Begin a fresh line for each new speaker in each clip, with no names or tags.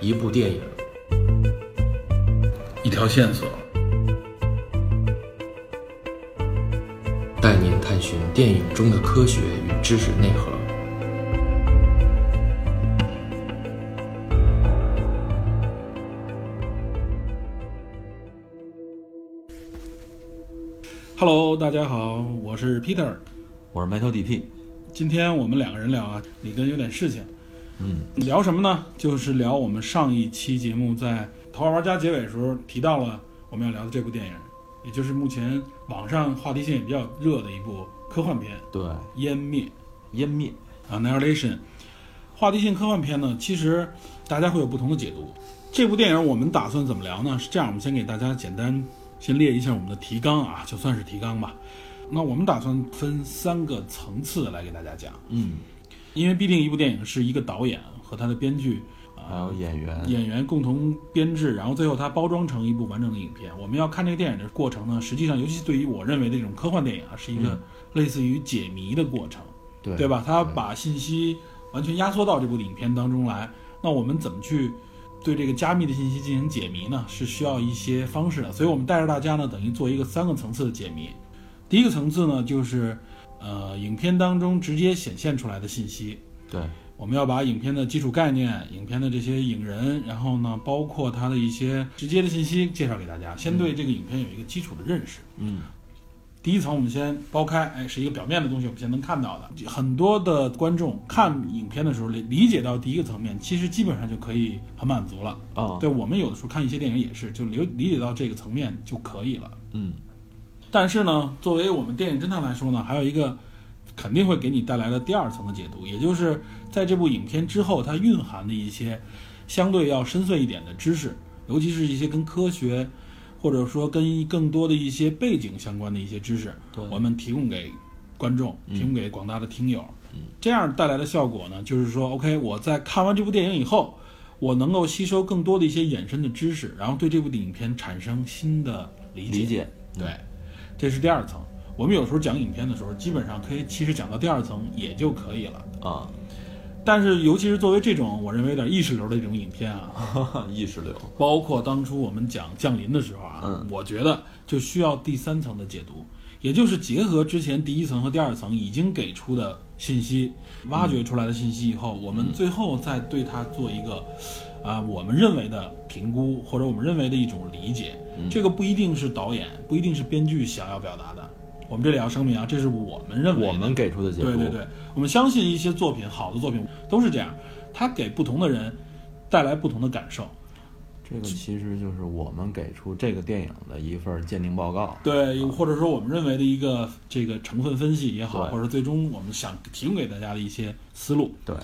一部电影，
一条线索，
带您探寻电影中的科学与知识内核。
Hello，大家好，我是 Peter。
我是埋头 DP，
今天我们两个人聊啊，里根有点事情。
嗯，
聊什么呢？就是聊我们上一期节目在《头号玩家》结尾的时候提到了我们要聊的这部电影，也就是目前网上话题性也比较热的一部科幻片
对，
《湮灭》。
湮灭，
Annihilation，话题性科幻片呢，其实大家会有不同的解读。这部电影我们打算怎么聊呢？是这样，我们先给大家简单先列一下我们的提纲啊，就算是提纲吧。那我们打算分三个层次来给大家讲，
嗯，
因为毕竟一部电影是一个导演和他的编剧
还有演员，
演员共同编制，然后最后它包装成一部完整的影片。我们要看这个电影的过程呢，实际上，尤其对于我认为的这种科幻电影啊，是一个类似于解谜的过程。
嗯对
对吧？他把信息完全压缩到这部影片当中来。那我们怎么去对这个加密的信息进行解谜呢？是需要一些方式的。所以我们带着大家呢，等于做一个三个层次的解谜。第一个层次呢，就是呃，影片当中直接显现出来的信息。
对，
我们要把影片的基础概念、影片的这些影人，然后呢，包括它的一些直接的信息介绍给大家，先对这个影片有一个基础的认识。
嗯，
第一层我们先剥开，哎，是一个表面的东西，我们先能看到的。很多的观众看影片的时候，理理解到第一个层面，其实基本上就可以很满足了。
啊，
对我们有的时候看一些电影也是，就理理解到这个层面就可以了。
嗯，
但是呢，作为我们电影侦探来说呢，还有一个肯定会给你带来的第二层的解读，也就是在这部影片之后，它蕴含的一些相对要深邃一点的知识，尤其是一些跟科学或者说跟更多的一些背景相关的一些知识，
对
我们提供给观众，
嗯
提供给广大的听友。
嗯
这样带来的效果呢，就是说，OK，我在看完这部电影以后，我能够吸收更多的一些衍生的知识，然后对这部影片产生新的理解。
理解，
对，嗯这是第二层。我们有时候讲影片的时候，基本上可以其实讲到第二层也就可以了。
啊，
但是，尤其是作为这种我认为有点意识流的这种影片啊，
意识流，
包括当初我们讲《降临》的时候啊，
嗯
我觉得就需要第三层的解读，也就是结合之前第一层和第二层已经给出的信息，挖掘出来的信息以后，我们最后再对它做一个啊、我们认为的评估，或者我们认为的一种理解。
嗯
这个不一定是导演，不一定是编剧想要表达的。我们这里要声明啊，这是我们认为的
我们给出的解读，
对对对，我们相信一些作品，好的作品都是这样，它给不同的人带来不同的感受。
这个其实就是我们给出这个电影的一份鉴定报告，
对，或者说我们认为的一个这个成分分析也好，
对
或者最终我们想提供给大家的一些思路，
对，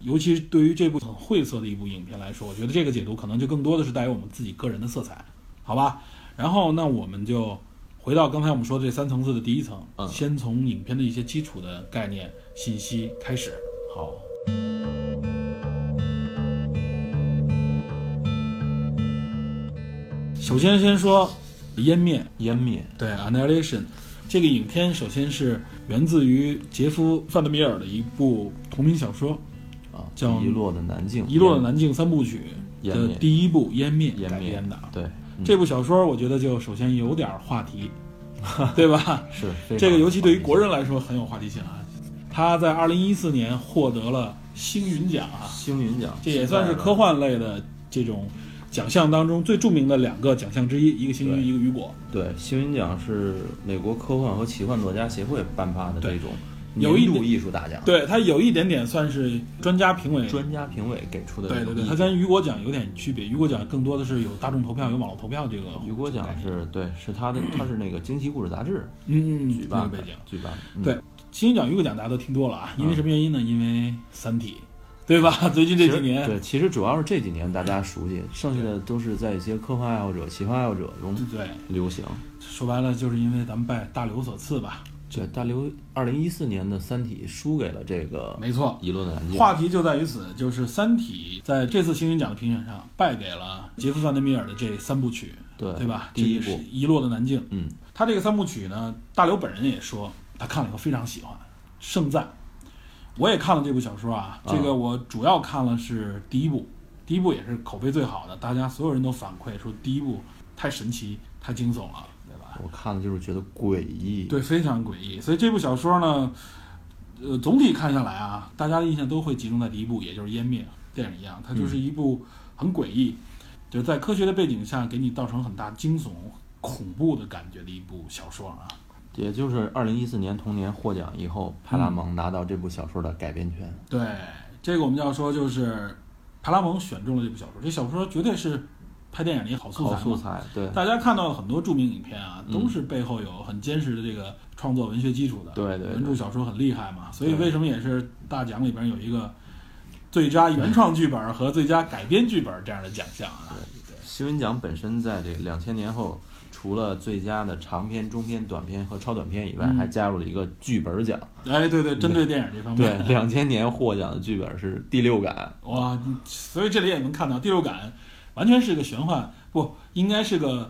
尤其是对于这部很晦涩的一部影片来说，我觉得这个解读可能就更多的是带有我们自己个人的色彩，好吧？然后那我们就回到刚才我们说的这三层次的第一层，
嗯
先从影片的一些基础的概念信息开始。
好，
首先先说湮灭，
湮灭，
对《Annihilation》这个影片，首先是源自于杰夫·范德米尔的一部同名小说
啊，
叫
遗落的南境，
《遗落的南境三部曲》
湮
的
灭
第一部《湮灭》
湮
改
灭
编的啊。
对，嗯
这部小说我觉得就首先有点话 题，对吧？
是非常
这个尤其对于国人来说很有话题性啊。他在二零一四年获得了星云奖啊，
星云奖，
这也算是
现在的
科，幻类的这种奖项当中最著名的两个奖项之一，一个星云，
对
一个雨果。
对，星云奖是美国科幻和奇幻作家协会颁发的
对
这种
有一
年度
点
艺术大奖，
对他有一点点算是专家评委
专家评委给出的
对
这
对
种
对，
意
它
见
跟雨果奖有点区别，雨果奖更多的是有大众投票、有网络投票这个。
雨果奖是对，是他的，他是那个《惊奇故事杂志
嗯》
举
举办
办
背
的
景。，
举办的。嗯
对，金鹰奖、雨果奖大家都听多了啊，因为什么原因呢？因为《三体》，对吧？最近这
其
几
实
年，
对，其实主要是这几年大家熟悉，剩下的都是在一些科幻爱好者、奇幻爱好者中
对，
流行。
说白了就是因为咱们拜大刘所赐吧。
对，大刘二零一四年的《三体》输给了这个
没错
《遗落的南境》。
话题就在于此，就是《三体》在这次星云奖的评选上败给了杰夫·范德米尔的这三部曲，
对
对吧？
第一部
这个是遗落的南境》。
嗯，
他这个三部曲呢，大刘本人也说他看了以后非常喜欢，盛赞。我也看了这部小说啊，
啊
这个我主要看了是第一部，第一部也是口碑最好的，大家所有人都反馈说第一部太神奇、太惊悚了，对吧？
我看了就是觉得诡异。
对，非常诡异。所以这部小说呢，呃，总体看下来啊，大家的印象都会集中在第一部，也就是《湮灭》电影一样，它
嗯
就是一部很诡异，就是在科学的背景下给你造成很大惊悚、恐怖的感觉的一部小说啊。
也就是二零一四年同年获奖以
嗯
后，派拉蒙拿到这部小说的改编权。
对，这个我们就要说就是，派拉蒙选中了这部小说，这小说绝对是拍电影的一个好素材
好
嘛。
素材，对
大家看到很多著名影片啊，
嗯
都是背后有很坚实的这个创作文学基础的。
对对对
原著小说很厉害嘛，所以
对
为什么也是大奖里边有一个最佳原创剧本和最佳改编剧本这样的奖项啊？
新闻奖本身在这个两千年后，除了最佳的长篇、中篇、短篇和超短篇以外，
嗯
还加入了一个剧本奖。
哎，对对，针对电影这方
对
面，，
两千年获奖的剧本是《第六感
哇，所以这里也能看到第六感完全是个玄幻，不应该是个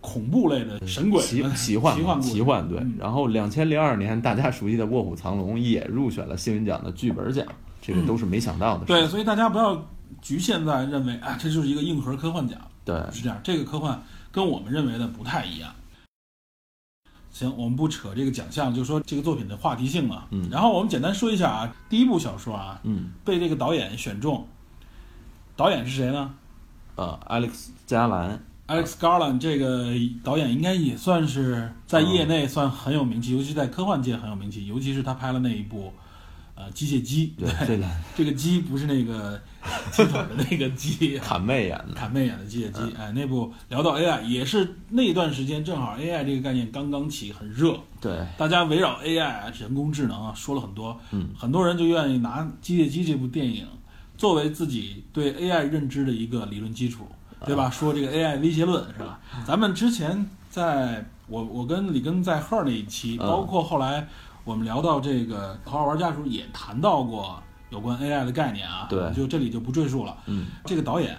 恐怖类的神》鬼
奇
嗯
奇 幻
奇幻故事
奇幻对
嗯。
然后两千零二年大家熟悉的《卧虎藏龙》也入选了新闻奖的剧本奖，这个都是没想到的事。
对，所以大家不要局限在认为啊，这就是一个硬核科幻奖。
对，
是这样，这个科幻跟我们认为的不太一样。行，我们不扯这个奖项，就说这个作品的话题性了。
嗯
然后我们简单说一下啊，第一部小说啊，
嗯
被这个导演选中，导演是谁呢
呃，Alex 加兰
？Alex Garland 这个导演应该也算是在
嗯
业内算很有名气，尤其在科幻界很有名气，尤其是他拍了那一部，呃，机械姬，
对这个
这个鸡不是那个 鸡腿的那个鸡啊，
侃妹演的，
侃妹演的《机械
嗯
姬》，哎，那部聊到 AI 也是那段时间，正好 AI 这个概念刚刚起，很热，
对，
大家围绕 AI 啊、人工智能啊说了很多，
嗯，
很多人就愿意拿《机械姬》这部电影作为自己对 AI 认知的一个理论基础，对
啊
吧？说这个 AI 威胁论是吧？咱们之前在我我跟李根在 Her 那一期，
嗯
包括后来我们聊到这个《头号玩家》的时候也谈到过有关 AI 的概念啊，
对
我们就这里就不赘述了。
嗯，
这个导演，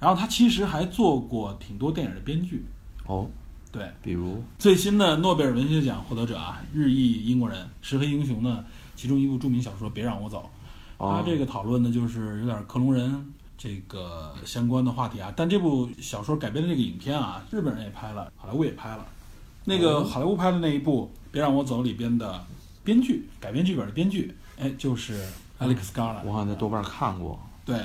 然后他其实还做过挺多电影的编剧。
哦，
对，
比如
最新的诺贝尔文学奖获得者啊，日裔英国人《石黑英雄》呢，其中一部著名小说《别让我走》，
哦
他这个讨论的就是有点克隆人这个相关的话题啊。但这部小说改编的这个影片啊，日本人也拍了，好莱坞也拍了。那个好莱坞拍的那一部《别让我走》里边的编剧改编剧本的编剧，哎，就是 Alex Garland。
我好像在豆瓣看过，
对，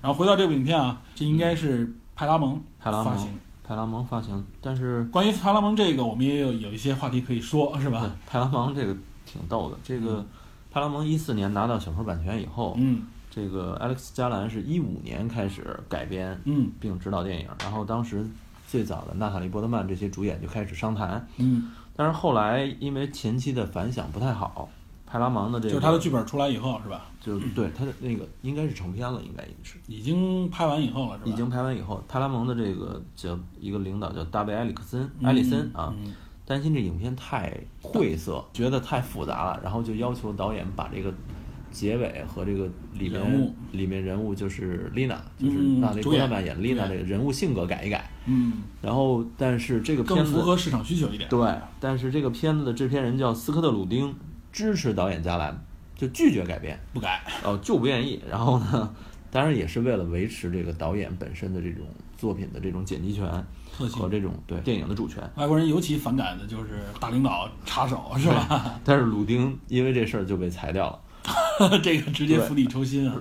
然后回到这部影片啊，这应该是派拉蒙
派拉蒙
发行。
派拉蒙发行，但是
关于派拉蒙这个，我们也有有一些话题可以说，是吧？
啊派拉蒙这个挺逗的，这个派拉蒙一四年拿到小说版权以后，
嗯
这个 Alex 加兰是一五年开始改编
嗯
并执导电影，然后当时最早的娜塔莉波特曼这些主演就开始商谈，
嗯，
但是后来因为前期的反响不太好，派拉蒙的这
就
个
是他的剧嗯本出来以后，是吧？
就对他的那个应该是成片了，应该是。
已经拍完以后了，是吧？
已经拍完以后，派拉蒙的这个叫一个领导叫大卫埃里克森，
嗯
埃里森啊，
嗯
担心这影片太晦涩，觉得太复杂了，然后就要求导演把这个结尾和这个里
人物
面里面人物就是丽娜，就是
嗯
娜莉
主
波
演
特曼演丽娜
主
这个人物性格改一改。
嗯，
然后，但是这个片
更
子
符合市场需求一点。
对，但是这个片子的制片人叫斯科特·鲁丁，支持导演加兰，就拒绝改编。
不改。
哦，就不愿意。然后呢，当然也是为了维持这个导演本身的这种作品的这种剪辑权
特性
和这种对电影的主权。
外国人尤其反感的就是大领导插手，是吧？
但是鲁丁因为这事儿就被裁掉了，
这个直接釜底抽薪啊。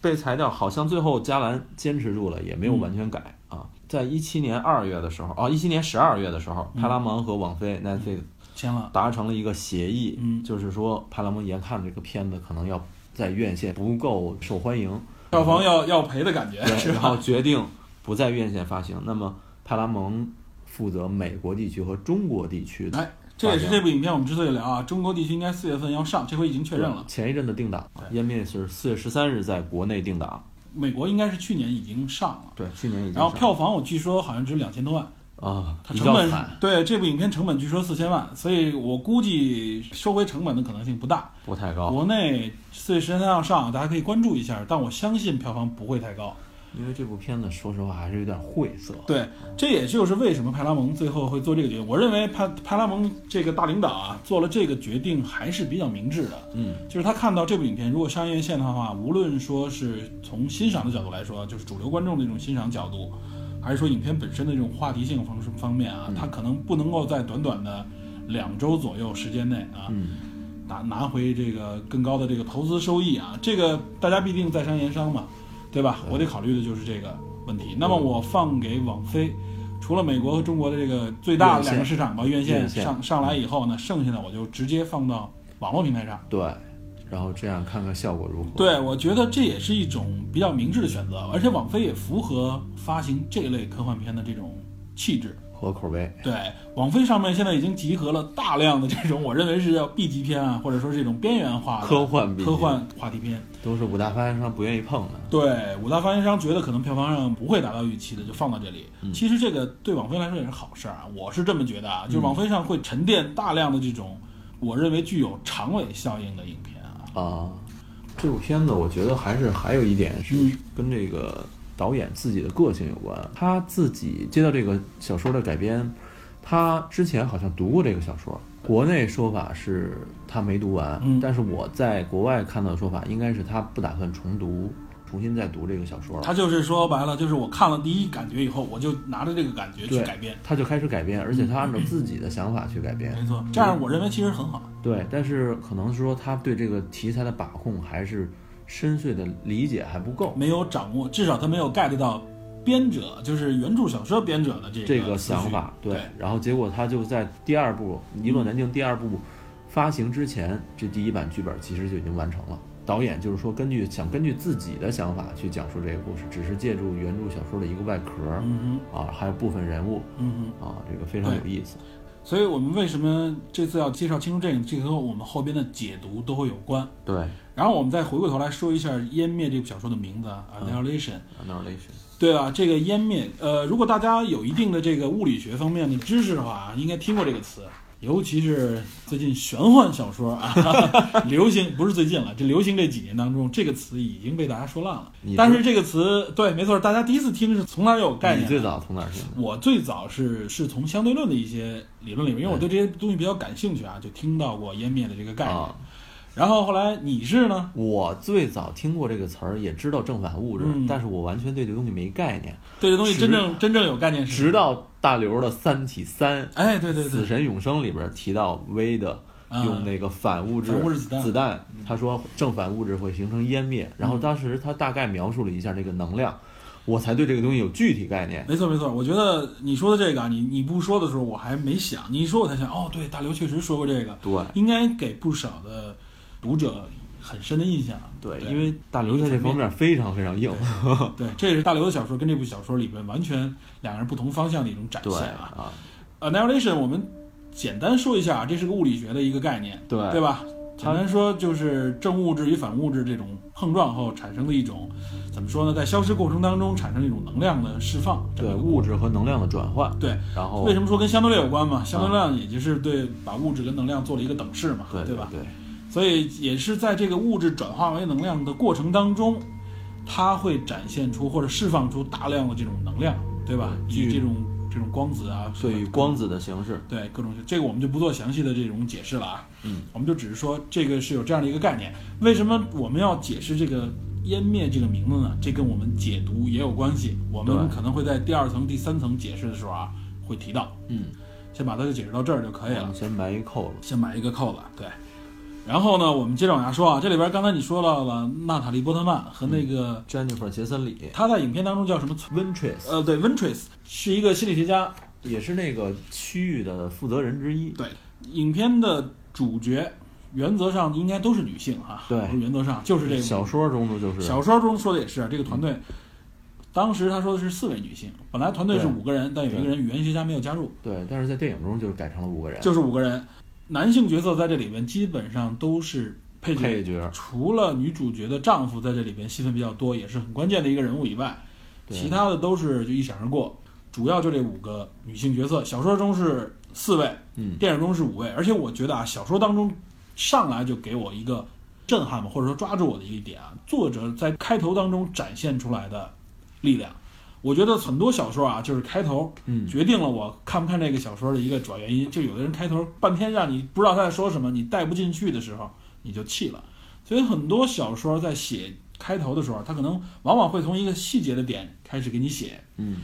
被裁掉好像最后加兰坚持住了，也
嗯
没有完全改、啊。在一七年二月的时候，啊，一七年十二月的时候，
嗯
派拉蒙和网飞 Netflix
签了，
达成了一个协议，
嗯
就是说派拉蒙眼看这个片子可能要在院线不够受欢迎，
票房要要赔的感觉，
对，
是
然
吧？
后决定不在院线发行。那么派拉蒙负责美国地区和中国地区的
哎，这也是
发行
这部影片我们之所以聊啊，中国地区应该四月份要上，这回已经确认了。
前一阵的定档，《湮灭》是四月十三日在国内定档。
美国应该是去年已经上了，
对，去年已经
然后票房我据说好像只有两千多万，
上啊，
它
比
成
较
本
惨，
对这部影片成本据说四千万，所以我估计收回成本的可能性不大。
不太高。
国内四月十三号上，大家可以关注一下，但我相信票房不会太高。
因为这部片子说实话还是有点晦涩。
对，这也就是为什么派拉蒙最后会做这个决定。我认为派派拉蒙这个大领导啊，做了这个决定还是比较明智的。
嗯，
就是他看到这部影片，如果上院线的话，无论说是从欣赏的角度来说，啊就是主流观众的一种欣赏角度，还是说影片本身的这种话题性方式方面啊，他可能不能够在短短的两周左右时间内啊，
嗯，
拿拿回这个更高的这个投资收益啊，这个大家必定在商言商嘛，对吧？我得考虑的就是这个问题。那么我放给网飞，除了美国和中国的这个最大的两个市场吧，院线嗯
院线
上上来以后呢，剩下的我就直接放到网络平台上。
对，然后这样看看效果如何。
对，我觉得这也是一种比较明智的选择，而且网飞也符合发行这类科幻片的这种气质。
和口碑，
对，网飞上面现在已经集合了大量的这种，我认为是叫 B 级片啊，或者说是这种边缘化的
科幻 B 级
科幻话题片。
都是五大发行商不愿意碰的。
对，五大发行商觉得可能票房上不会达到预期的，就放到这里。
嗯
其实这个对网飞来说也是好事儿啊，我是这么觉得啊，就是
嗯
网飞上会沉淀大量的这种我认为具有长尾效应的影片啊。
啊，这部片子我觉得还是还有一点是
嗯
跟这个导演自己的个性有关。他自己接到这个小说的改编，他之前好像读过这个小说，国内说法是他没读完，
嗯
但是我在国外看到的说法应该是他不打算重读，重新再读这个小说了。
他就是说白了，就是我看了第一感觉以后，我就拿着这个感觉去
对
改编。
他就开始改编，而且他按照自己的想法去改编。
嗯没错，这样我认为其实很好。
对，但是可能说他对这个题材的把控还是深邃的理解还不够。
没有掌握，至少他没有 get 到编者，就是原著小说编者的这个
这
这
个想法，
对，
然后结果他就在第二部《一诺南京》第二部发行之前，这第一版剧本其实就已经完成了。导演就是说，根据想根据自己的想法去讲述这个故事，只是借助原著小说的一个外壳儿
嗯
啊，还有部分人物
哼，嗯
啊，这个非常有意思。
哼，所以我们为什么这次要介绍《青春电影》，这和我们后边的解读都会有关。
对
然后我们再回过头来说一下《湮灭》这部小说的名字啊，《Annihilation》，
，annihilation，
对吧？这个湮灭，呃，如果大家有一定的这个物理学方面的知识的话，应该听过这个词，尤其是最近玄幻小说啊， 流行不是最近了，这流行这几年当中，这个词已经被大家说烂了
你。
但是这个词，对，没错，大家第一次听是从哪儿有概
你
念啊
最
的？
早从哪儿听的？
我最早是是从相对论的一些理论里面，
嗯
因为我对这些东西比较感兴趣啊，就听到过湮灭的这个概念。
啊，
然后后来你是呢？
我最早听过这个词儿，也知道正反物质，
嗯
但是我完全对这东西没概念，
对这东西
直
真正真正有概念是什么
直到大刘的《三体三》。
哎，对对
死
对，
神永生》里边提到威的
啊
用那个反物质
反物质子弹嗯
他说正反物质会形成湮灭。然后当时他大概描述了一下这个能量，我才对这个东西有具体概念。
没错没错，我觉得你说的这个啊，你你不说的时候我还没想，你一说我才想，哦，对，大刘确实说过这个，
对
应该给不少的读者很深的印象。啊
对，
对
因为大刘在这方面非常非常硬。
对，这也是大刘的小说跟这部小说里边完全两个人不同方向的一种展
对
现啊。
啊，
Annihilation，我们简单说一下啊，这是个物理学的一个概念，
对
对吧？简
它
单说就是正物质与反物质这种碰撞后产生的一种，怎么说呢？在消失过程当中产生一种能量的释放，这么
对
一个
物质和能量的转换。
对，
然后
为什么说跟相对论有关
啊
嘛？相对论也就是对把物质跟能量做了一个等式嘛，
对
吧？
对，
所以也是在这个物质转化为能量的过程当中，它会展现出或者释放出大量的这种能量，对吧？
对
以这种这种光子啊，
所以光子的形式，
对各种这个我们就不做详细的这种解释了啊，
嗯，
我们就只是说这个是有这样的一个概念。为什么我们要解释这个湮灭这个名字呢？这跟我们解读也有关系。我们
对
可能会在第二层、第三层解释的时候啊，会提到。
嗯，
先把它解释到这儿就可以
我
了
们，先埋一扣子。
先买一个扣子，对。然后呢，我们接着往下说啊，这里边刚才你说到了娜塔莉波特曼和
嗯
那个、
Jennifer 杰森里
她在影片当中叫什么？
，Ventress
呃，对 v e n t r e s 是一个心理学家，
也是那个区域的负责人之一。
对，影片的主角原则上应该都是女性哈、
对
不是原则上就是这个
小说中的就是
小说中说的也是啊这个团队。当时他说的是四位女性，本来团队是
对
五个人，但有一个人语言学家没有加入，
对，但是在电影中就是改成了五个人，
就是五个人。男性角色在这里边基本上都是配角，
配角，
除了女主角的丈夫在这里边戏份比较多，也是很关键的一个人物以外，
对
其他的都是就一闪而过。主要就这五个女性角色，小说中是四位，
嗯，
电影中是五位。而且我觉得啊，小说当中上来就给我一个震撼吧，或者说抓住我的一点啊，作者在开头当中展现出来的力量。我觉得很多小说啊，就是开头
嗯
决定了我看不看这个小说的一个主要原因。就有的人开头半天让你不知道他在说什么，你带不进去的时候，你就气了。所以很多小说在写开头的时候，他可能往往会从一个细节的点开始给你写。
嗯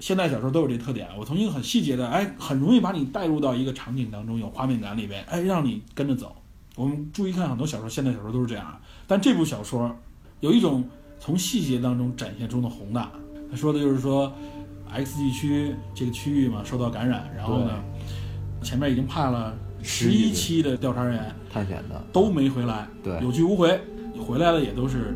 现代小说都有这特点，我从一个很细节的，哎，很容易把你带入到一个场景当中，有画面感里边，哎，让你跟着走。我们注意看很多小说，现代小说都是这样啊。但这部小说有一种从细节当中展现出的宏大，他说的就是说，X 地区这个区域嘛受到感染，然后呢，前面已经派了十一期的调查人员
探险的，
都没回来，
对
有去无回，回来了也都是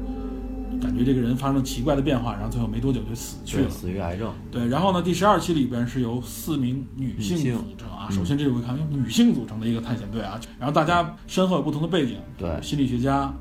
感觉这个人发生了奇怪的变化，然后最后没多久就死去
对
了。
死于癌症，
对，然后呢，第十二期里边是由四名女性
女性
组成啊。
嗯
首先，这有个看用女性组成的一个探险队啊，然后大家身后有不同的背景，
对
有心理学家，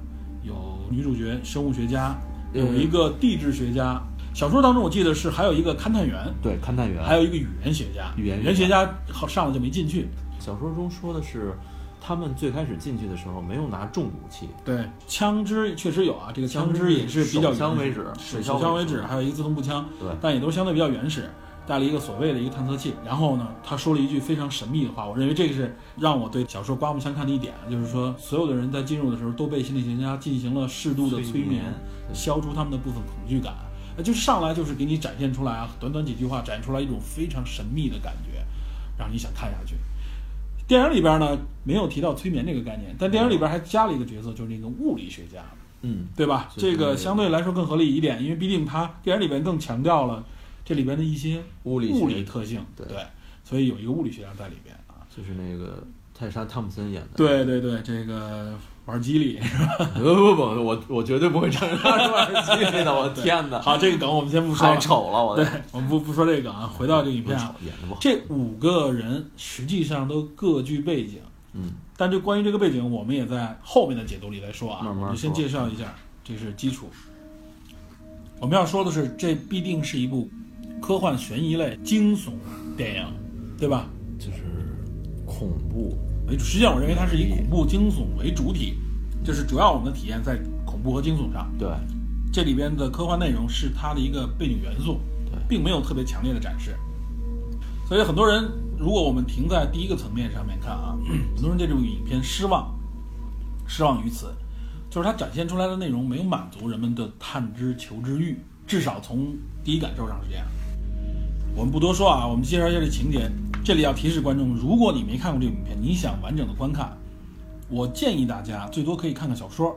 有女主角，生物学家，有
嗯
一个地质学家。小说当中我记得是还有一个勘探员，
对勘探员，
还有一个语言学家。
嗯语言学
学家好上来就没进去。
小说中说的是，他们最开始进去的时候没有拿重武器，
对，枪支确实有啊，这个枪
枪
支
支
也是比较
手枪
原
为
始
止
手
水
手
枪
枪
为
为
止
止，还有一个自动步枪。
对
但也都相对比较原始，带了一个所谓的一个探测器。然后呢，他说了一句非常神秘的话，我认为这个是让我对小说刮目相看的一点，就是说所有的人在进入的时候都被心理学家进行了适度的催
催眠对
消除他们的部分恐惧感。呃就上来就是给你展现出来啊，短短几句话展现出来一种非常神秘的感觉，让你想看下去。电影里边呢没有提到催眠这个概念，但电影里边还加了一个角色，就是那个物理学家。
嗯，
对吧？
是
这个
是
相对来说更合理一点，因为毕竟它电影里边更强调了这里边的一些
物理
物
学
理特性，
对
所以有一个物理学家在里边啊。
就是那个泰莎汤普森演的，
对对对，这个玩机 理，
不不不，我我绝对不会 承认他是玩机灵的，我的天哪，
好，这个梗我们先不说
太
了，
丑了，我
对
的，
我们不不说这个梗啊，回到这个影
不
片
丑
啊，，
演的不好，
这五个人实际上都各具背景，
嗯，
但这关于这个背景，我们也在后面的解读里来说啊。
慢慢
我们先
说
介绍一下，这是基础。我们要说的是，这必定是一部科幻悬疑类惊悚电影，对吧？
就是恐怖，
为主，实际上我认为它是以恐怖惊悚为主体，就是主要我们的体验在恐怖和惊悚上。
对
这里边的科幻内容是它的一个背景元素，
对
并没有特别强烈的展示。所以很多人，如果我们停在第一个层面上面看啊， 很多人对这部影片失望，失望于此，就是它展现出来的内容没有满足人们的探知求知欲，至少从第一感受上是这样。我们不多说啊，我们介绍一下这情节。这里要提示观众，如果你没看过这部影片，你想完整的观看，我建议大家最多可以看看小说。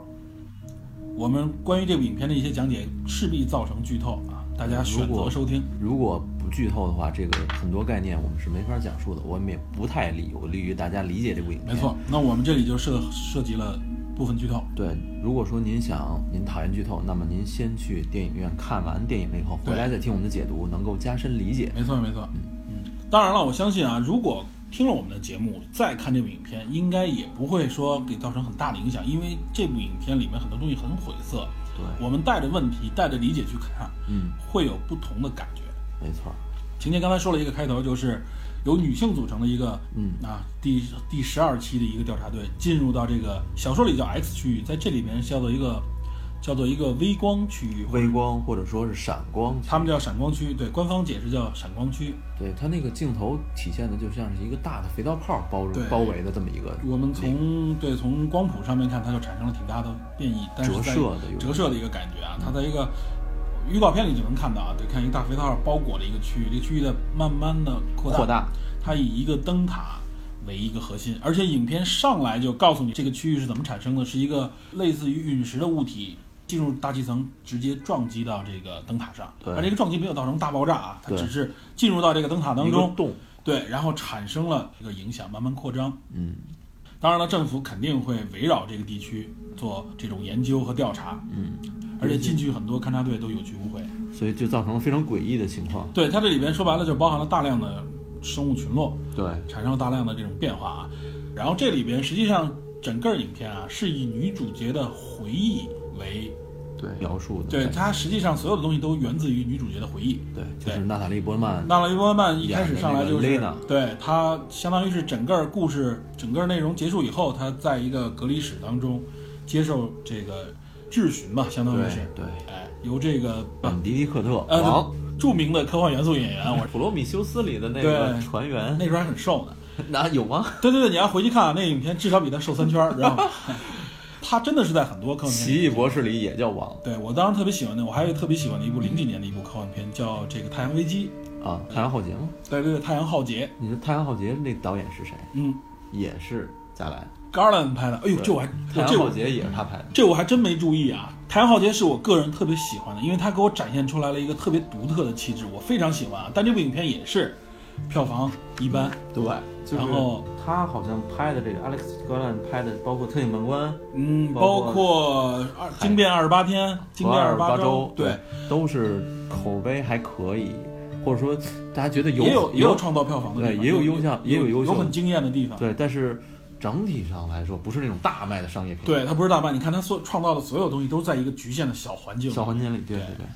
我们关于这部影片的一些讲解势必造成剧透啊，大家选
如
择
果
收听。
如果不剧透的话，这个很多概念我们是没法讲述的，我们也不太利有利于大家理解这部影片。
没错，那我们这里就涉涉及了部分剧透。
对，如果说您想您讨厌剧透，那么您先去电影院看完电影了以后，
对
回来再听我们的解读，能够加深理解。
没错，没错。嗯，当然了，我相信啊，如果听了我们的节目再看这部影片，应该也不会说给造成很大的影响，因为这部影片里面很多东西很晦涩。
对，
我们带着问题、带着理解去看，
嗯，
会有不同的感觉。
没错，
晴晴刚才说了一个开头，就是由女性组成的一个，
嗯
啊，第第十二期的一个调查队进入到这个小说里叫 X 区域，在这里面叫做一个叫做一个微光区域，
微光或者说是闪光，
他们叫闪光区，对，官方解释叫闪光区。
对它那个镜头体现的就像是一个大的肥皂泡包
对
包围的这么一个，
我们从对从光谱上面看，它就产生了挺大的变异，但是在
折射的有嗯
折射的一个感觉啊，它在一个预告片里就能看到啊，对，看一个大肥皂包裹了一个区域，这个区域在慢慢的扩大，
扩大
它以一个灯塔为一个核心，而且影片上来就告诉你这个区域是怎么产生的，是一个类似于陨石的物体。进入大气层，直接撞击到这个灯塔上，
对
而这个撞击没有造成大爆炸啊，它
对
只是进入到这个灯塔当
一个
中，
洞，
对，然后产生了一个影响，慢慢扩张。
嗯，
当然了，政府肯定会围绕这个地区做这种研究和调查，
嗯，
而且进去很多勘察队都有去无回。
所以就造成了非常诡异的情况。
对，它这里边说白了就包含了大量的生物群落，
对，
产生了大量的这种变化啊。然后这里边实际上整个影片啊是以女主角的回忆为，
对，描述的，
对，它实际上所有的东西都源自于女主角的回忆。
对，就是娜塔莉波特曼，
娜拉伊波曼一开始上来就
演
是
的那个，
对他相当于是整个故事整个内容结束以后，他在一个隔离室当中接受这个质询吧，相当于
对
是，
对，
哎，由这个
本嗯迪迪克特
呃
王，
著名的科幻元素演员，我
普罗米修斯里的那个
对
船员，
那时候还很瘦呢。
那有吗？
对对对，你要回去看啊，那影片至少比他瘦三圈儿，知道 吗？他真的是在很多科幻片里
奇异博士里也叫王
对我当时特别喜欢的，我还有特别喜欢的一部零几年的一部科幻片，叫这个《太阳危机
啊，
嗯
太阳浩劫吗？》。
对对对，《太阳浩劫》。
你说太阳浩劫那导演是谁？
嗯
也是加莱，
，Garland 拍的。哎呦，
对
这我还
太
我
阳
这
浩
我
劫也是他拍的。
这我还真没注意啊。《太阳浩劫》是我个人特别喜欢的，因为它给我展现出来了一个特别独特的气质，我非常喜欢啊。但这部影片也是票房一般，
对，嗯就是
然后
他好像拍的这个 Alex 格兰拍的，包括《特警门关》
嗯，
包
包
括
括二惊变二十八天、惊
和
变
二
十八
周，
对，，
都是口碑还可以，或者说大家觉得有
也有也有
有
创造票房的地
对
方，
也有优秀也有
有
优秀
有很惊艳的地方。
对，但是整体上来说不是那种大卖的商业片，，
对，它不是大卖，你看它所创造的所有东西都在一个局限的小环境里
小环境里，对
对
对，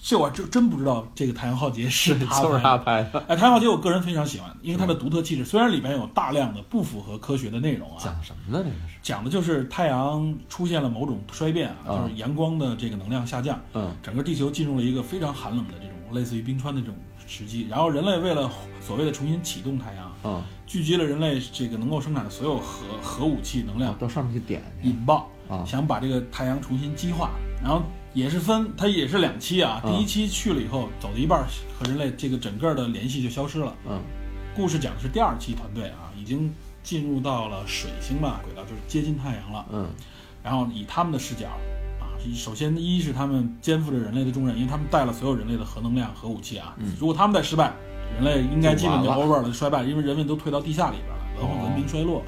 这我真真不知道这个《太阳浩劫》是他
就是
拍
他
的。
拍的，
哎，《太阳浩劫》我个人非常喜欢，因为它的独特气质，虽然里面有大量的不符合科学的内容啊，
讲什么呢？这个是，
讲的就是太阳出现了某种衰变啊，
啊
就是阳光的这个能量下降，
嗯，
整个地球进入了一个非常寒冷的这种类似于冰川的这种时期，然后人类为了所谓的重新启动太阳，
嗯，
聚集了人类这个能够生产的所有核核武器能量
到上面去点去，
引爆，
啊
想把这个太阳重新激化，然后也是分，它也是两期啊。
嗯
第一期去了以后，走了一半儿，和人类这个整个的联系就消失了。
嗯，
故事讲的是第二期团队啊，已经进入到了水星吧轨道，就是接近太阳了。
嗯，
然后以他们的视角啊，首先一是他们肩负着人类的重任，因为他们带了所有人类的核能量、核武器啊。
嗯
如果他们再失败，人类应该基本就
就完嗯
over 了，就衰败，因为人类都退到地下里边了，文化文明衰落了。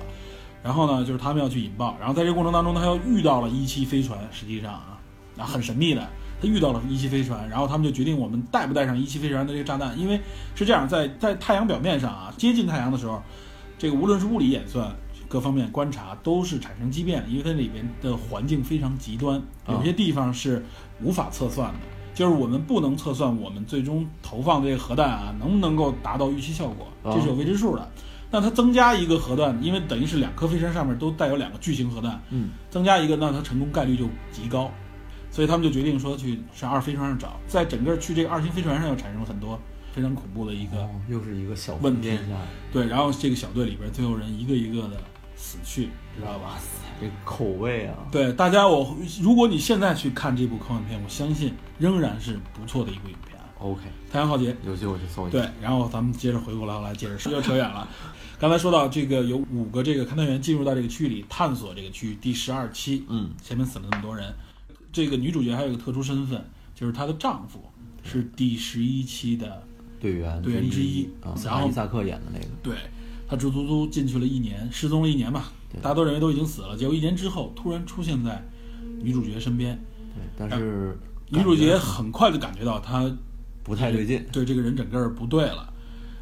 然后呢，就是他们要去引爆，然后在这个过程当中，他又遇到了一期飞船，实际上啊，啊很神秘的，他遇到了一期飞船，然后他们就决定我们带不带上一期飞船的这个炸弹，因为是这样，在在太阳表面上啊，接近太阳的时候，这个无论是物理演算。各方面观察都是产生畸变的，因为它里面的环境非常极端，有些地方是无法测算的，就是我们不能测算我们最终投放这个核弹啊能不能够达到预期效果，这是有未知数的。那它增加一个核弹，因为等于是两颗飞船上面都带有两个巨型核弹，
嗯，
增加一个，那它成功概率就极高。所以他们就决定说去上二飞船上找，在整个去这个二型飞船上又产生了很多非常恐怖的一个、
哦，又是一个小
问题
天下，
对，然后这个小队里边最后人一个一个的死去，知道吧？
这口味啊，
对大家我，如果你现在去看这部科幻片，我相信仍然是不错的一部影片啊。
OK，
太阳浩劫，
有机会我去搜一下，
对，然后咱们接着回过来，我来接着说，又扯远了。刚才说到这个，有五个这个勘探员进入到这个区域里探索这个区域，第十二期，
嗯，
前面死了那么多人，这个女主角还有一个特殊身份，就是她的丈夫是第十一期的，
队员
队员之一
啊，
然后
马伊萨克演的那个，
对，她足足足进去了一年，失踪了一年吧，大家都认为都已经死了，结果一年之后突然出现在女主角身边，
对，但是
啊女主角很快就感觉到她
不太对劲，
对这个人整个儿不对了，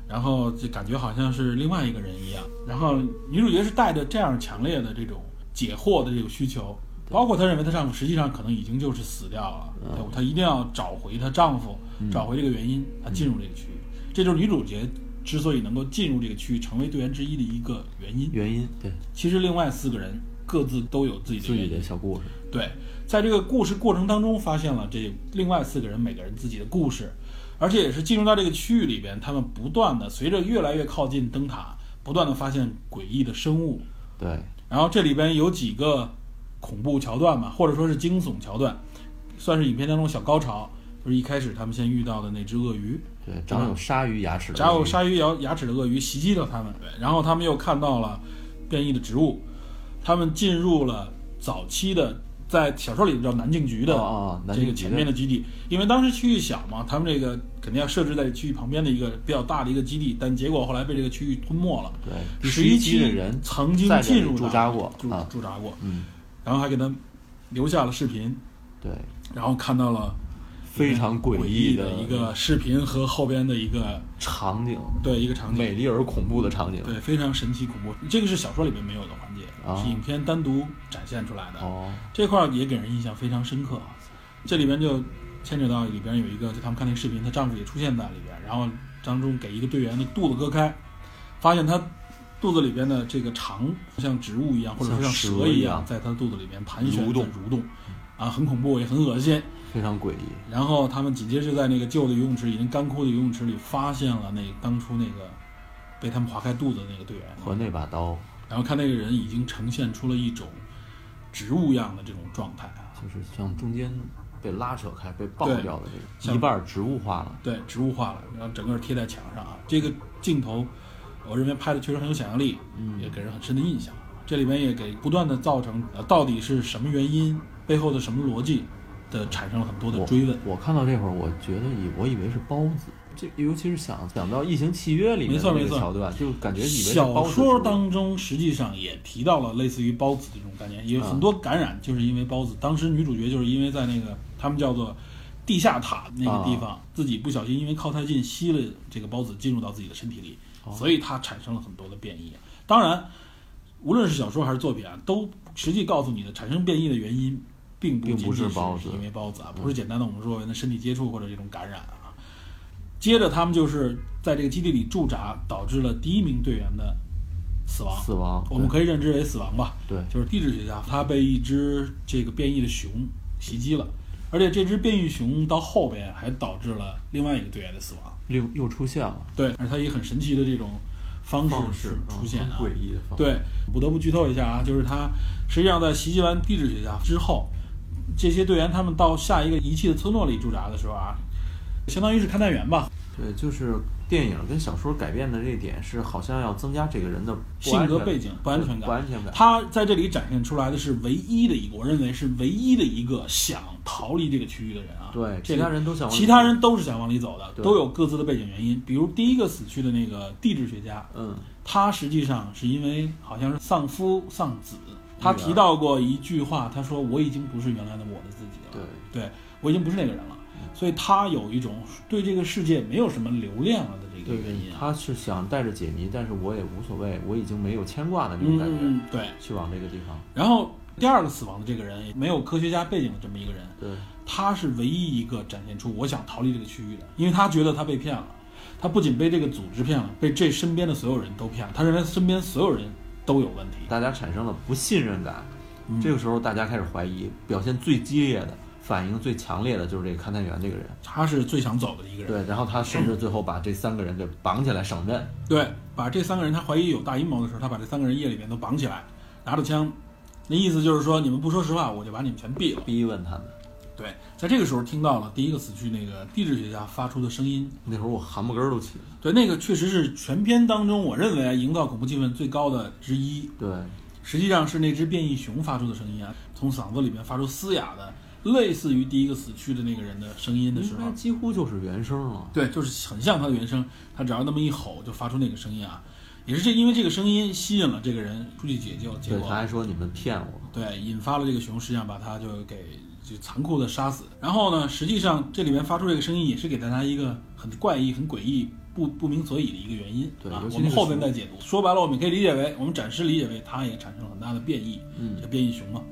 然后就感觉好像是另外一个人一样。然后女主角是带着这样强烈的这种解惑的这个需求，包括她认为她丈夫实际上可能已经就是死掉了，
嗯
对她一定要找回她丈夫，找回这个原因，她进入这个区域，这就是女主角之所以能够进入这个区域成为队员之一的一个原因。
原因对
其实另外四个人各自都有自己的
自
原
己
因，
的小故事，
对，在这个故事过程当中，发现了这另外四个人每个人自己的故事，而且也是进入到这个区域里边，他们不断的随着越来越靠近灯塔，不断的发现诡异的生物。
对，
然后这里边有几个恐怖桥段嘛，或者说是惊悚桥段，算是影片当中小高潮。就是一开始他们先遇到的那只鳄鱼，
对，长有鲨鱼牙齿的，
然后嗯鲨鱼咬牙齿的鳄鱼袭击到他们，然后他们又看到了变异的植物，他们进入了早期的，在小说里叫南境局的
哦哦南
这
靖
个
局
前
的
面的基地，因为当时区域小嘛，他们这个肯定要设置在区域旁边的一个比较大的一个基地，但结果后来被这个区域吞没了。
对，
十一
期的人
曾经
在这里
进入
驻
到
扎过
驻
啊
驻扎过，
嗯，
然后还给他留下了视频，
对，
然后看到了
非常
诡
异
的一
一
个视频和后边的一个
场景，
对一个场景，
美丽而恐怖的场景。
对，非常神奇恐怖。这个是小说里面没有的环节，
啊
是影片单独展现出来的。
哦，
这块儿也给人印象非常深刻啊。这里边就牵扯到里边有一个，就他们看那个视频，她丈夫也出现在里边，然后当中给一个队员的肚子割开，发现她肚子里边的这个肠像植物一样，或者说像
像蛇
蛇一
一样
在她肚子里面盘旋
蠕动嗯
在蠕动，啊，很恐怖也很恶心。
非常诡异。
然后他们紧接着在那个旧的游泳池，已经干枯的游泳池里，发现了那当初那个被他们划开肚子的那个队员，
和那把刀
然后看那个人已经呈现出了一种植物样的这种状态啊，
就是像中间被拉扯开、被爆
对
掉的这个，
像
一半儿植物化了。
对，植物化了，然后整个贴在墙上啊。这个镜头，我认为拍的确实很有想象力，也给人很深的印象。这里边也给不断的造成呃到底是什么原因，背后的什么逻辑的产生了很多的
我
追问。
我看到这会儿，我觉得以我以为是包子，这尤其是想想到《异形契约》里
没
面
错
的那
没
个
错
桥段，就感觉以为是包
小
子
说
植物
当中实际上也提到了类似于孢子这种概念，也有很多感染就是因为孢子。当时女主角就是因为在那个他们叫做地下塔那个地方，
啊
自己不小心因为靠太近吸了这个孢子进入到自己的身体里，
哦
所以它产生了很多的变异。当然，无论是小说还是作品啊，都实际告诉你的产生变异的原因，并不
并
仅
不
仅
是
是
孢子
因为孢子啊，不是简单的我们说的身体接触或者这种感染啊。接着他们就是在这个基地里驻扎，导致了第一名队员的死亡。
死亡，
我们
对
可以认知为死亡吧。
对
就是地质学家他被一只这个变异的熊袭击了，而且这只变异熊到后边还导致了另外一个队员的死亡。
又又出现了
对，而它以很神奇的这种方式
嗯
出现啊。
很诡异的方式。
对，不得不剧透一下啊，就是他实际上在袭击完地质学家之后，这些队员他们到下一个遗弃的村落里驻扎的时候啊，相当于是勘探员吧，
对，就是电影跟小说改变的这点是，好像要增加这个人的不
性格
安全
背景不安全感
不安全感。
他在这里展现出来的是唯一的一个，我认为是唯一的一个想逃离这个区域的人啊。
对，
这
其
个
他人都想往
其他人都是想往里走的，
对
都有各自的背景原因。比如第一个死去的那个地质学家，
嗯，
他实际上是因为好像是丧夫丧子，他
女儿
提到过一句话，他说我已经不是原来的我的自己了，
对，嗯
对我已经不是那个人了，所以他有一种对这个世界没有什么留恋了的这个原因啊。
他是想带着解谜，但是我也无所谓，我已经没有牵挂的那种
嗯
感觉，
嗯，对。
去往这个地方。
然后第二个死亡的这个人，也没有科学家背景的这么一个人，
对，
他是唯一一个展现出我想逃离这个区域的，因为他觉得他被骗了，他不仅被这个组织骗了，被这身边的所有人都骗了，他认为身边所有人都有问题。
大家产生了不信任感，
嗯
这个时候大家开始怀疑，表现最激烈的、反应最强烈的就是这个勘探员这个人。
他是最想走的一个人，
对，然后他甚至最后把这三个人给绑起来审问，
对，把这三个人他怀疑有大阴谋的时候，他把这三个人夜里面都绑起来，拿着枪，那意思就是说你们不说实话，我就把你们全毙了。
逼问他们。
对，在这个时候听到了第一个死去那个地质学家发出的声音，
那会儿我汗毛根儿都起了。
对，那个确实是全片当中我认为啊营造恐怖气氛最高的之一。
对，
实际上是那只变异熊发出的声音啊，从嗓子里面发出嘶哑的，类似于第一个死去的那个人的声音的时
应该
候，啊
几乎就是原声了。
对，就是很像他的原声，他只要那么一吼就发出那个声音啊，也是这因为这个声音吸引了这个人出去解救，结
对，他
果
还说你们骗我。
对引发了这个熊，实际上把他就给就残酷的杀死。然后呢，实际上这里面发出这个声音也是给大家一个很怪异、很诡异。不不明所以的一个原因
对
啊
尤，其
我们
那个
后边
熊
再解读。说白了，我们可以理解为，我们暂时理解为它也产生了很大的变异。
嗯
这变异熊嘛。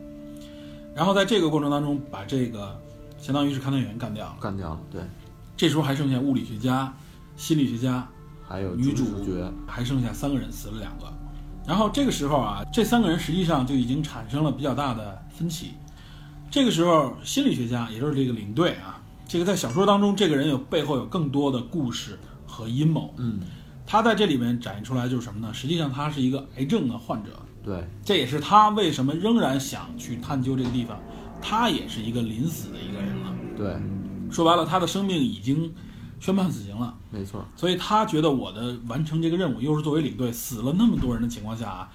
然后在这个过程当中，把这个相当于是勘探员干掉了。
干掉了。对，
这时候还剩下物理学家、心理学家，
还有
女主
主角，
还剩下三个人，死了两个。然后这个时候啊，这三个人实际上就已经产生了比较大的分歧。这个时候，心理学家也就是这个领队啊，这个在小说当中，这个人有背后有更多的故事和阴谋。
嗯，
他在这里面展现出来就是什么呢？实际上他是一个癌症的患者，
对，
这也是他为什么仍然想去探究这个地方。他也是一个临死的一个人了，
对，
说白了，他的生命已经宣判死刑了，
没错，
所以他觉得我的完成这个任务，又是作为领队死了那么多人的情况下啊，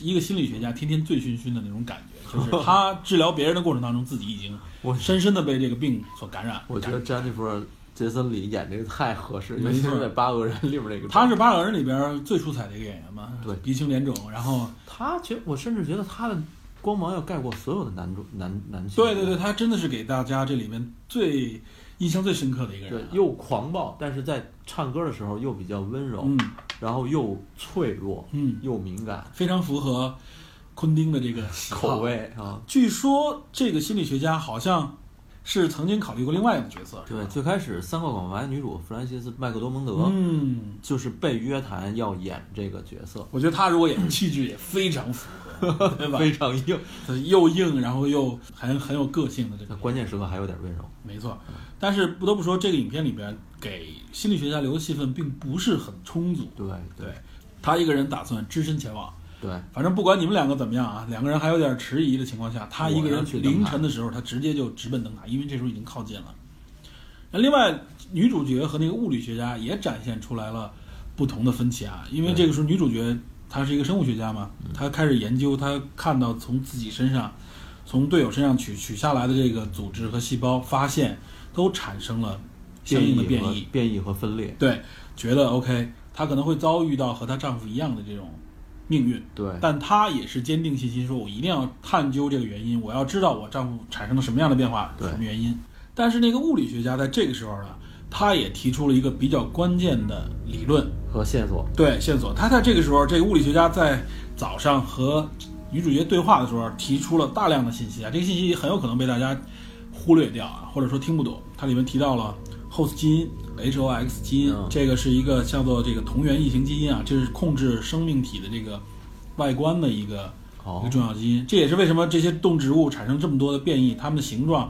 一个心理学家天天醉醺醺的那种感觉， 就是他治疗别人的过程当中，自己已经
我
深深的被这个病所感染。
我觉得詹妮弗·杰森里演这个太合适，
没
尤其
错
是在《八恶人》里边那个。
他是八个人里边最出彩的一个演员嘛，
对
鼻青脸肿，然后
他觉，我甚至觉得他的光芒要盖过所有的男主男男性。
对对对，他真的是给大家这里面最印象最深刻的一个人
对
啊、，
又狂暴，但是在唱歌的时候又比较温柔，
嗯
然后又脆弱，
嗯，
又敏感，
非常符合昆汀的这个喜好
口。味啊。
据说这个心理学家好像是曾经考虑过另外一个角色，是
对，
吧？
最开始三个广告牌女主弗兰西斯·麦克多蒙德、
嗯，
就是被约谈要演这个角色，
我觉得他如果演气质也非常符合，对吧？
非常硬，
又硬，然后又很很有个性的这
那
个，
关键时刻还有点温柔。
没错。但是不得不说，这个影片里边给心理学家留的戏份并不是很充足。
对
对他一个人打算只身前往，
对，
反正不管你们两个怎么样啊，两个人还有点迟疑的情况下，他一个
我要
人
去灯
凌
塔
晨的时候，他直接就直奔灯塔，因为这时候已经靠近了。那另外，女主角和那个物理学家也展现出来了不同的分歧啊，因为
对
这个时候女主
嗯
角她是一个生物学家嘛，她开始研究，她看到从自己身上、从队友身上取取下来的这个组织和细胞，发现都产生了相应的变
和
异，
变异和分裂。
对，觉得 OK，她可能会遭遇到和她丈夫一样的这种命运。
对
但她也是坚定信心，说我一定要探究这个原因，我要知道我丈夫产生了什么样的变化，
对
什么原因。但是那个物理学家在这个时候呢，他也提出了一个比较关键的理论，
和线索，
对线索。他在这个时候，这个物理学家在早上和女主角对话的时候，提出了大量的信息啊，这个信息很有可能被大家忽略掉啊，或者说听不懂。它里面提到了 host 基因、HOX 基因，
嗯
这个是一个叫做这个同源异形基因啊，这是控制生命体的这个外观的一个一
哦
个，重要基因。这也是为什么这些动植物产生这么多的变异，它们的形状、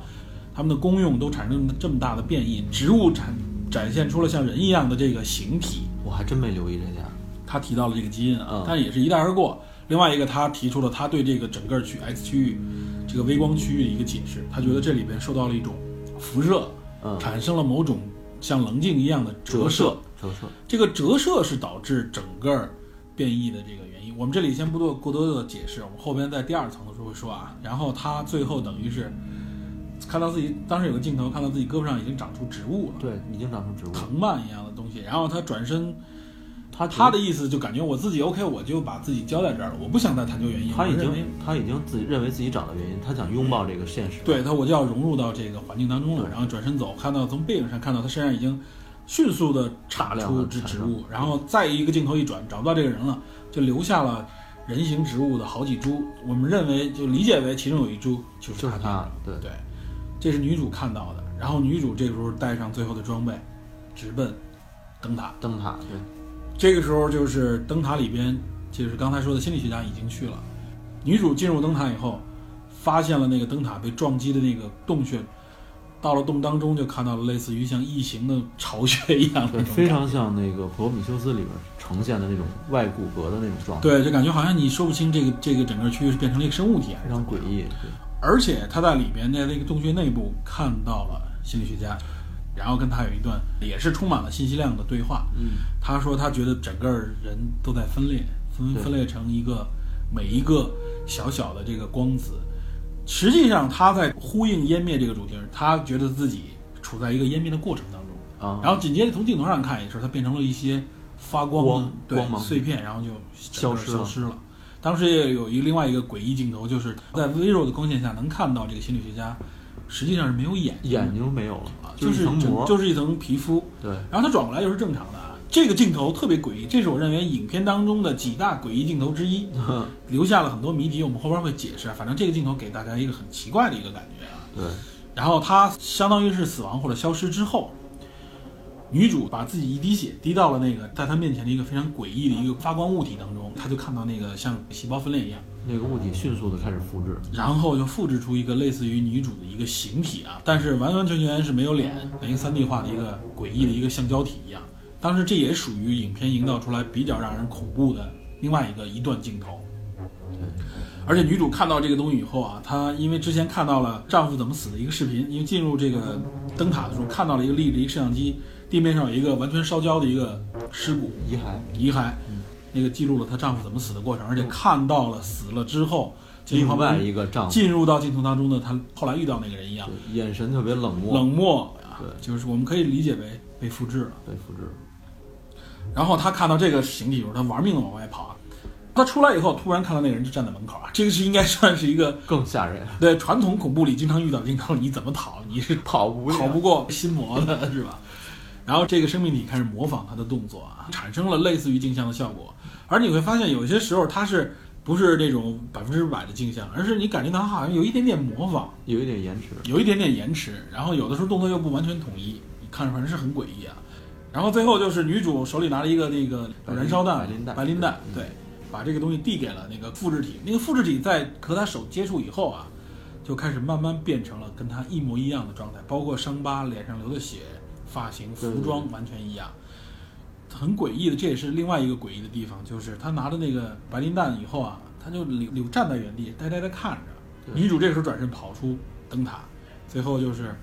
它们的功用都产生这么大的变异。植物展展现出了像人一样的这个形体，
我还真没留意这点儿。
他提到了这个基因啊，
嗯
但也是一带而过。另外一个，他提出了他对这个整个区 X 区域这个微光区域的一个解释，他觉得这里边受到了一种辐射，
嗯，
产生了某种像棱镜一样的折射。
折射，
这个折射是导致整个变异的这个原因。我们这里先不做过多的解释，我们后边在第二层的时候会说啊。然后他最后等于是看到自己当时有个镜头，看到自己胳膊上已经长出植物了，
对，已经长出植物了。
藤蔓一样的东西。然后他转身
他
他的意思就感觉我自己 OK，我就把自己交在这儿了，我不想再探究原因。
他已
我认为
经他已经自己认为自己长的原因，他想拥抱这个现实。
对他，我就要融入到这个环境当中了。
对
然后转身走，看到从背影上看到他身上已经迅速的
大
产
量
出
地
植
产
植
生
物，然后再一个镜头一转，找不到这个人了，就留下了人形植物的好几株。我们认为就理解为其中有一株就是
就是
他
他，对，
对，这是女主看到的。然后女主这个时候带上最后的装备，直奔灯塔。
灯塔，对，
这个时候就是灯塔里边，就是刚才说的心理学家已经去了。女主进入灯塔以后，发现了那个灯塔被撞击的那个洞穴，到了洞当中就看到了类似于像异形的巢穴一样的那
对，
种
非
感
常像那个《普罗米修斯》里边呈现的那种外骨骼的那种状态，
对，就感觉好像你说不清这个这个整个区域是变成了一个生物体还是
非
怎
常
么
诡
样。
异。
而且他在里边在那个洞穴内部看到了心理学家，然后跟他有一段也是充满了信息量的对话。
嗯，
他说他觉得整个人都在分裂，分
对
分裂成一个每一个小小的这个光子。实际上他在呼应湮灭这个主题，他觉得自己处在一个湮灭的过程当中。
啊，
然后紧接着从镜头上看也是，它变成了一些发光的
光
对
光芒
碎片，然后就
消失
失
了
消失了。当时也有一另外一个诡异镜头，就是在微弱的光线下能看到这个心理学家实际上是没有眼睛的
眼睛没有了，
啊，
就
就是
一层
整
膜，
就是一层皮肤。
对，
然后他转过来又是正常的啊。这个镜头特别诡异，这是我认为影片当中的几大诡异镜头之一，留下了很多谜题，我们后边会解释啊。反正这个镜头给大家一个很奇怪的一个感觉啊。
对，
然后他相当于是死亡或者消失之后，女主把自己一滴血滴到了那个在她面前的一个非常诡异的一个发光物体当中，她就看到那个像细胞分裂一样，
那个物体迅速的开始复制，
然后就复制出一个类似于女主的一个形体啊，但是完完全全是没有脸，一个三 D 化的一个诡异的一个橡胶体一样。当时这也属于影片营造出来比较让人恐怖的另外一个一段镜头。而且女主看到这个东西以后啊，她因为之前看到了丈夫怎么死的一个视频，因为进入这个灯塔的时候看到了一个立着一个摄像机，地面上有一个完全烧焦的一个尸骨，
遗骸
遗骸，那个记录了她丈夫怎么死的过程，而且看到了死了之后，镜头
嗯另外一个丈夫，
进入到镜头当中的她后来遇到那个人一样，
对眼神特别冷漠，
冷漠啊
对，
就是我们可以理解为被复制了。
被复制了，
然后她看到这个形体的时候，她玩命的往外跑啊。她出来以后，突然看到那个人就站在门口啊，这个是应该算是一个
更吓人，
对传统恐怖里经常遇到的镜头，你怎么逃？你是
跑不
跑不过心魔的是吧？ 然后这个生命体开始模仿他的动作啊，产生了类似于镜像的效果。而你会发现，有些时候它是不是这种百分之百的镜像，而是你感觉到它好像有一点点模仿，
有一点延迟，
有一点点延迟，然后有的时候动作又不完全统一，你看着反正是很诡异啊。然后最后就是女主手里拿了一个那个燃烧弹
白磷，弹
白磷弹，对，把这个东西递给了那个复制体。那个复制体在和他手接触以后啊，就开始慢慢变成了跟他一模一样的状态，包括伤疤、脸上流的血、发型、
对
服装完全一样。很诡异的，这也是另外一个诡异的地方，就是他拿着那个白磷弹以后啊，他就柳柳站在原地，呆呆的看着。
对
女主这时候转身跑出灯塔，最后就是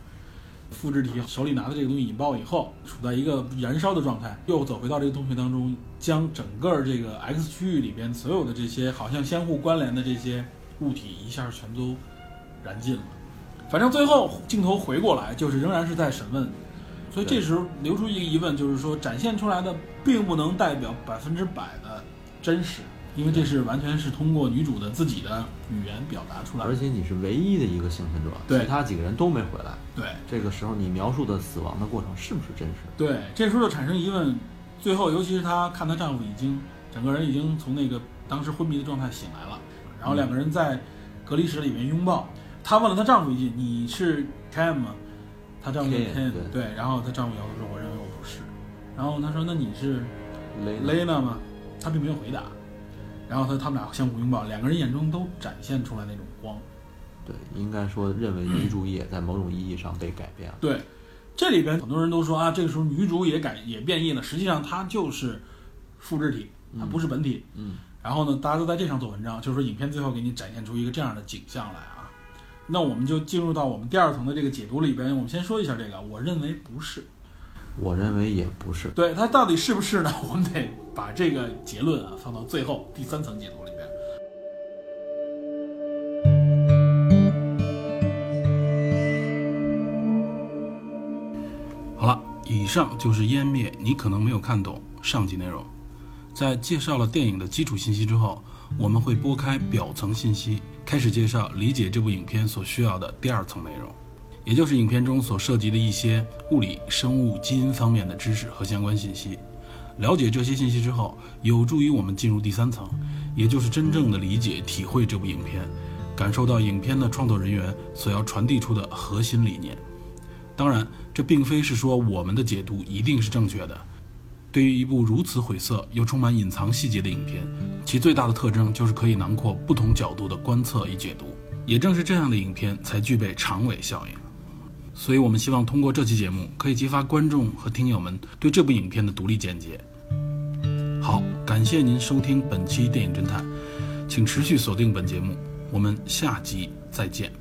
复制体手里拿的这个东西引爆以后，处在一个燃烧的状态，又走回到这个洞穴当中，将整个这个 X 区域里边所有的这些好像相互关联的这些物体一下全都燃尽了。反正最后镜头回过来，就是仍然是在审问，所以这时候留出一个疑问，就是说展现出来的并不能代表百分之百的真实，因为这是完全是通过女主的自己的语言表达出来
而
的。
且你是唯一的一个幸存者，
对
其他几个人都没回来。
对，
这个时候你描述的死亡的过程是不是真实？
对，这时候就产生疑问。最后，尤其是她看她丈夫已经整个人已经从那个当时昏迷的状态醒来了，然后两个人在隔离室里面拥抱。她问了她丈夫一句：“你是 Cam 吗？”她丈夫
Ken，
Cam
对
对，然后她丈夫摇头说：“我认为我不是。”然后她说：“那你是
雷
雷娜吗？”她并没有回答。然后他他们俩相互拥抱，两个人眼中都展现出来那种光。
对，应该说认为女主也在某种意义上被改变了。
对，这里边很多人都说啊，这个时候女主也改也变异了，实际上她就是复制体，她不是本体。
嗯，
然后呢，大家都在这上做文章，就是说影片最后给你展现出一个这样的景象来啊。那我们就进入到我们第二层的这个解读里边，我们先说一下这个，我认为不是，
我认为也不是。
对它到底是不是呢？ 我们得把这个结论啊放到最后第三层解读里边。好了，以上就是《湮灭》，你可能没有看懂上集内容。在介绍了电影的基础信息之后，我们会拨开表层信息，开始介绍理解这部影片所需要的第二层内容，也就是影片中所涉及的一些物理、生物、基因方面的知识和相关信息。了解这些信息之后，有助于我们进入第三层，也就是真正的理解、体会这部影片，感受到影片的创作人员所要传递出的核心理念。当然，这并非是说我们的解读一定是正确的。对于一部如此晦涩又充满隐藏细节的影片，其最大的特征就是可以囊括不同角度的观测与解读。也正是这样的影片才具备长尾效应。所以，我们希望通过这期节目，可以激发观众和听友们对这部影片的独立见解。好，感谢您收听本期电影侦探，请持续锁定本节目，我们下集再见。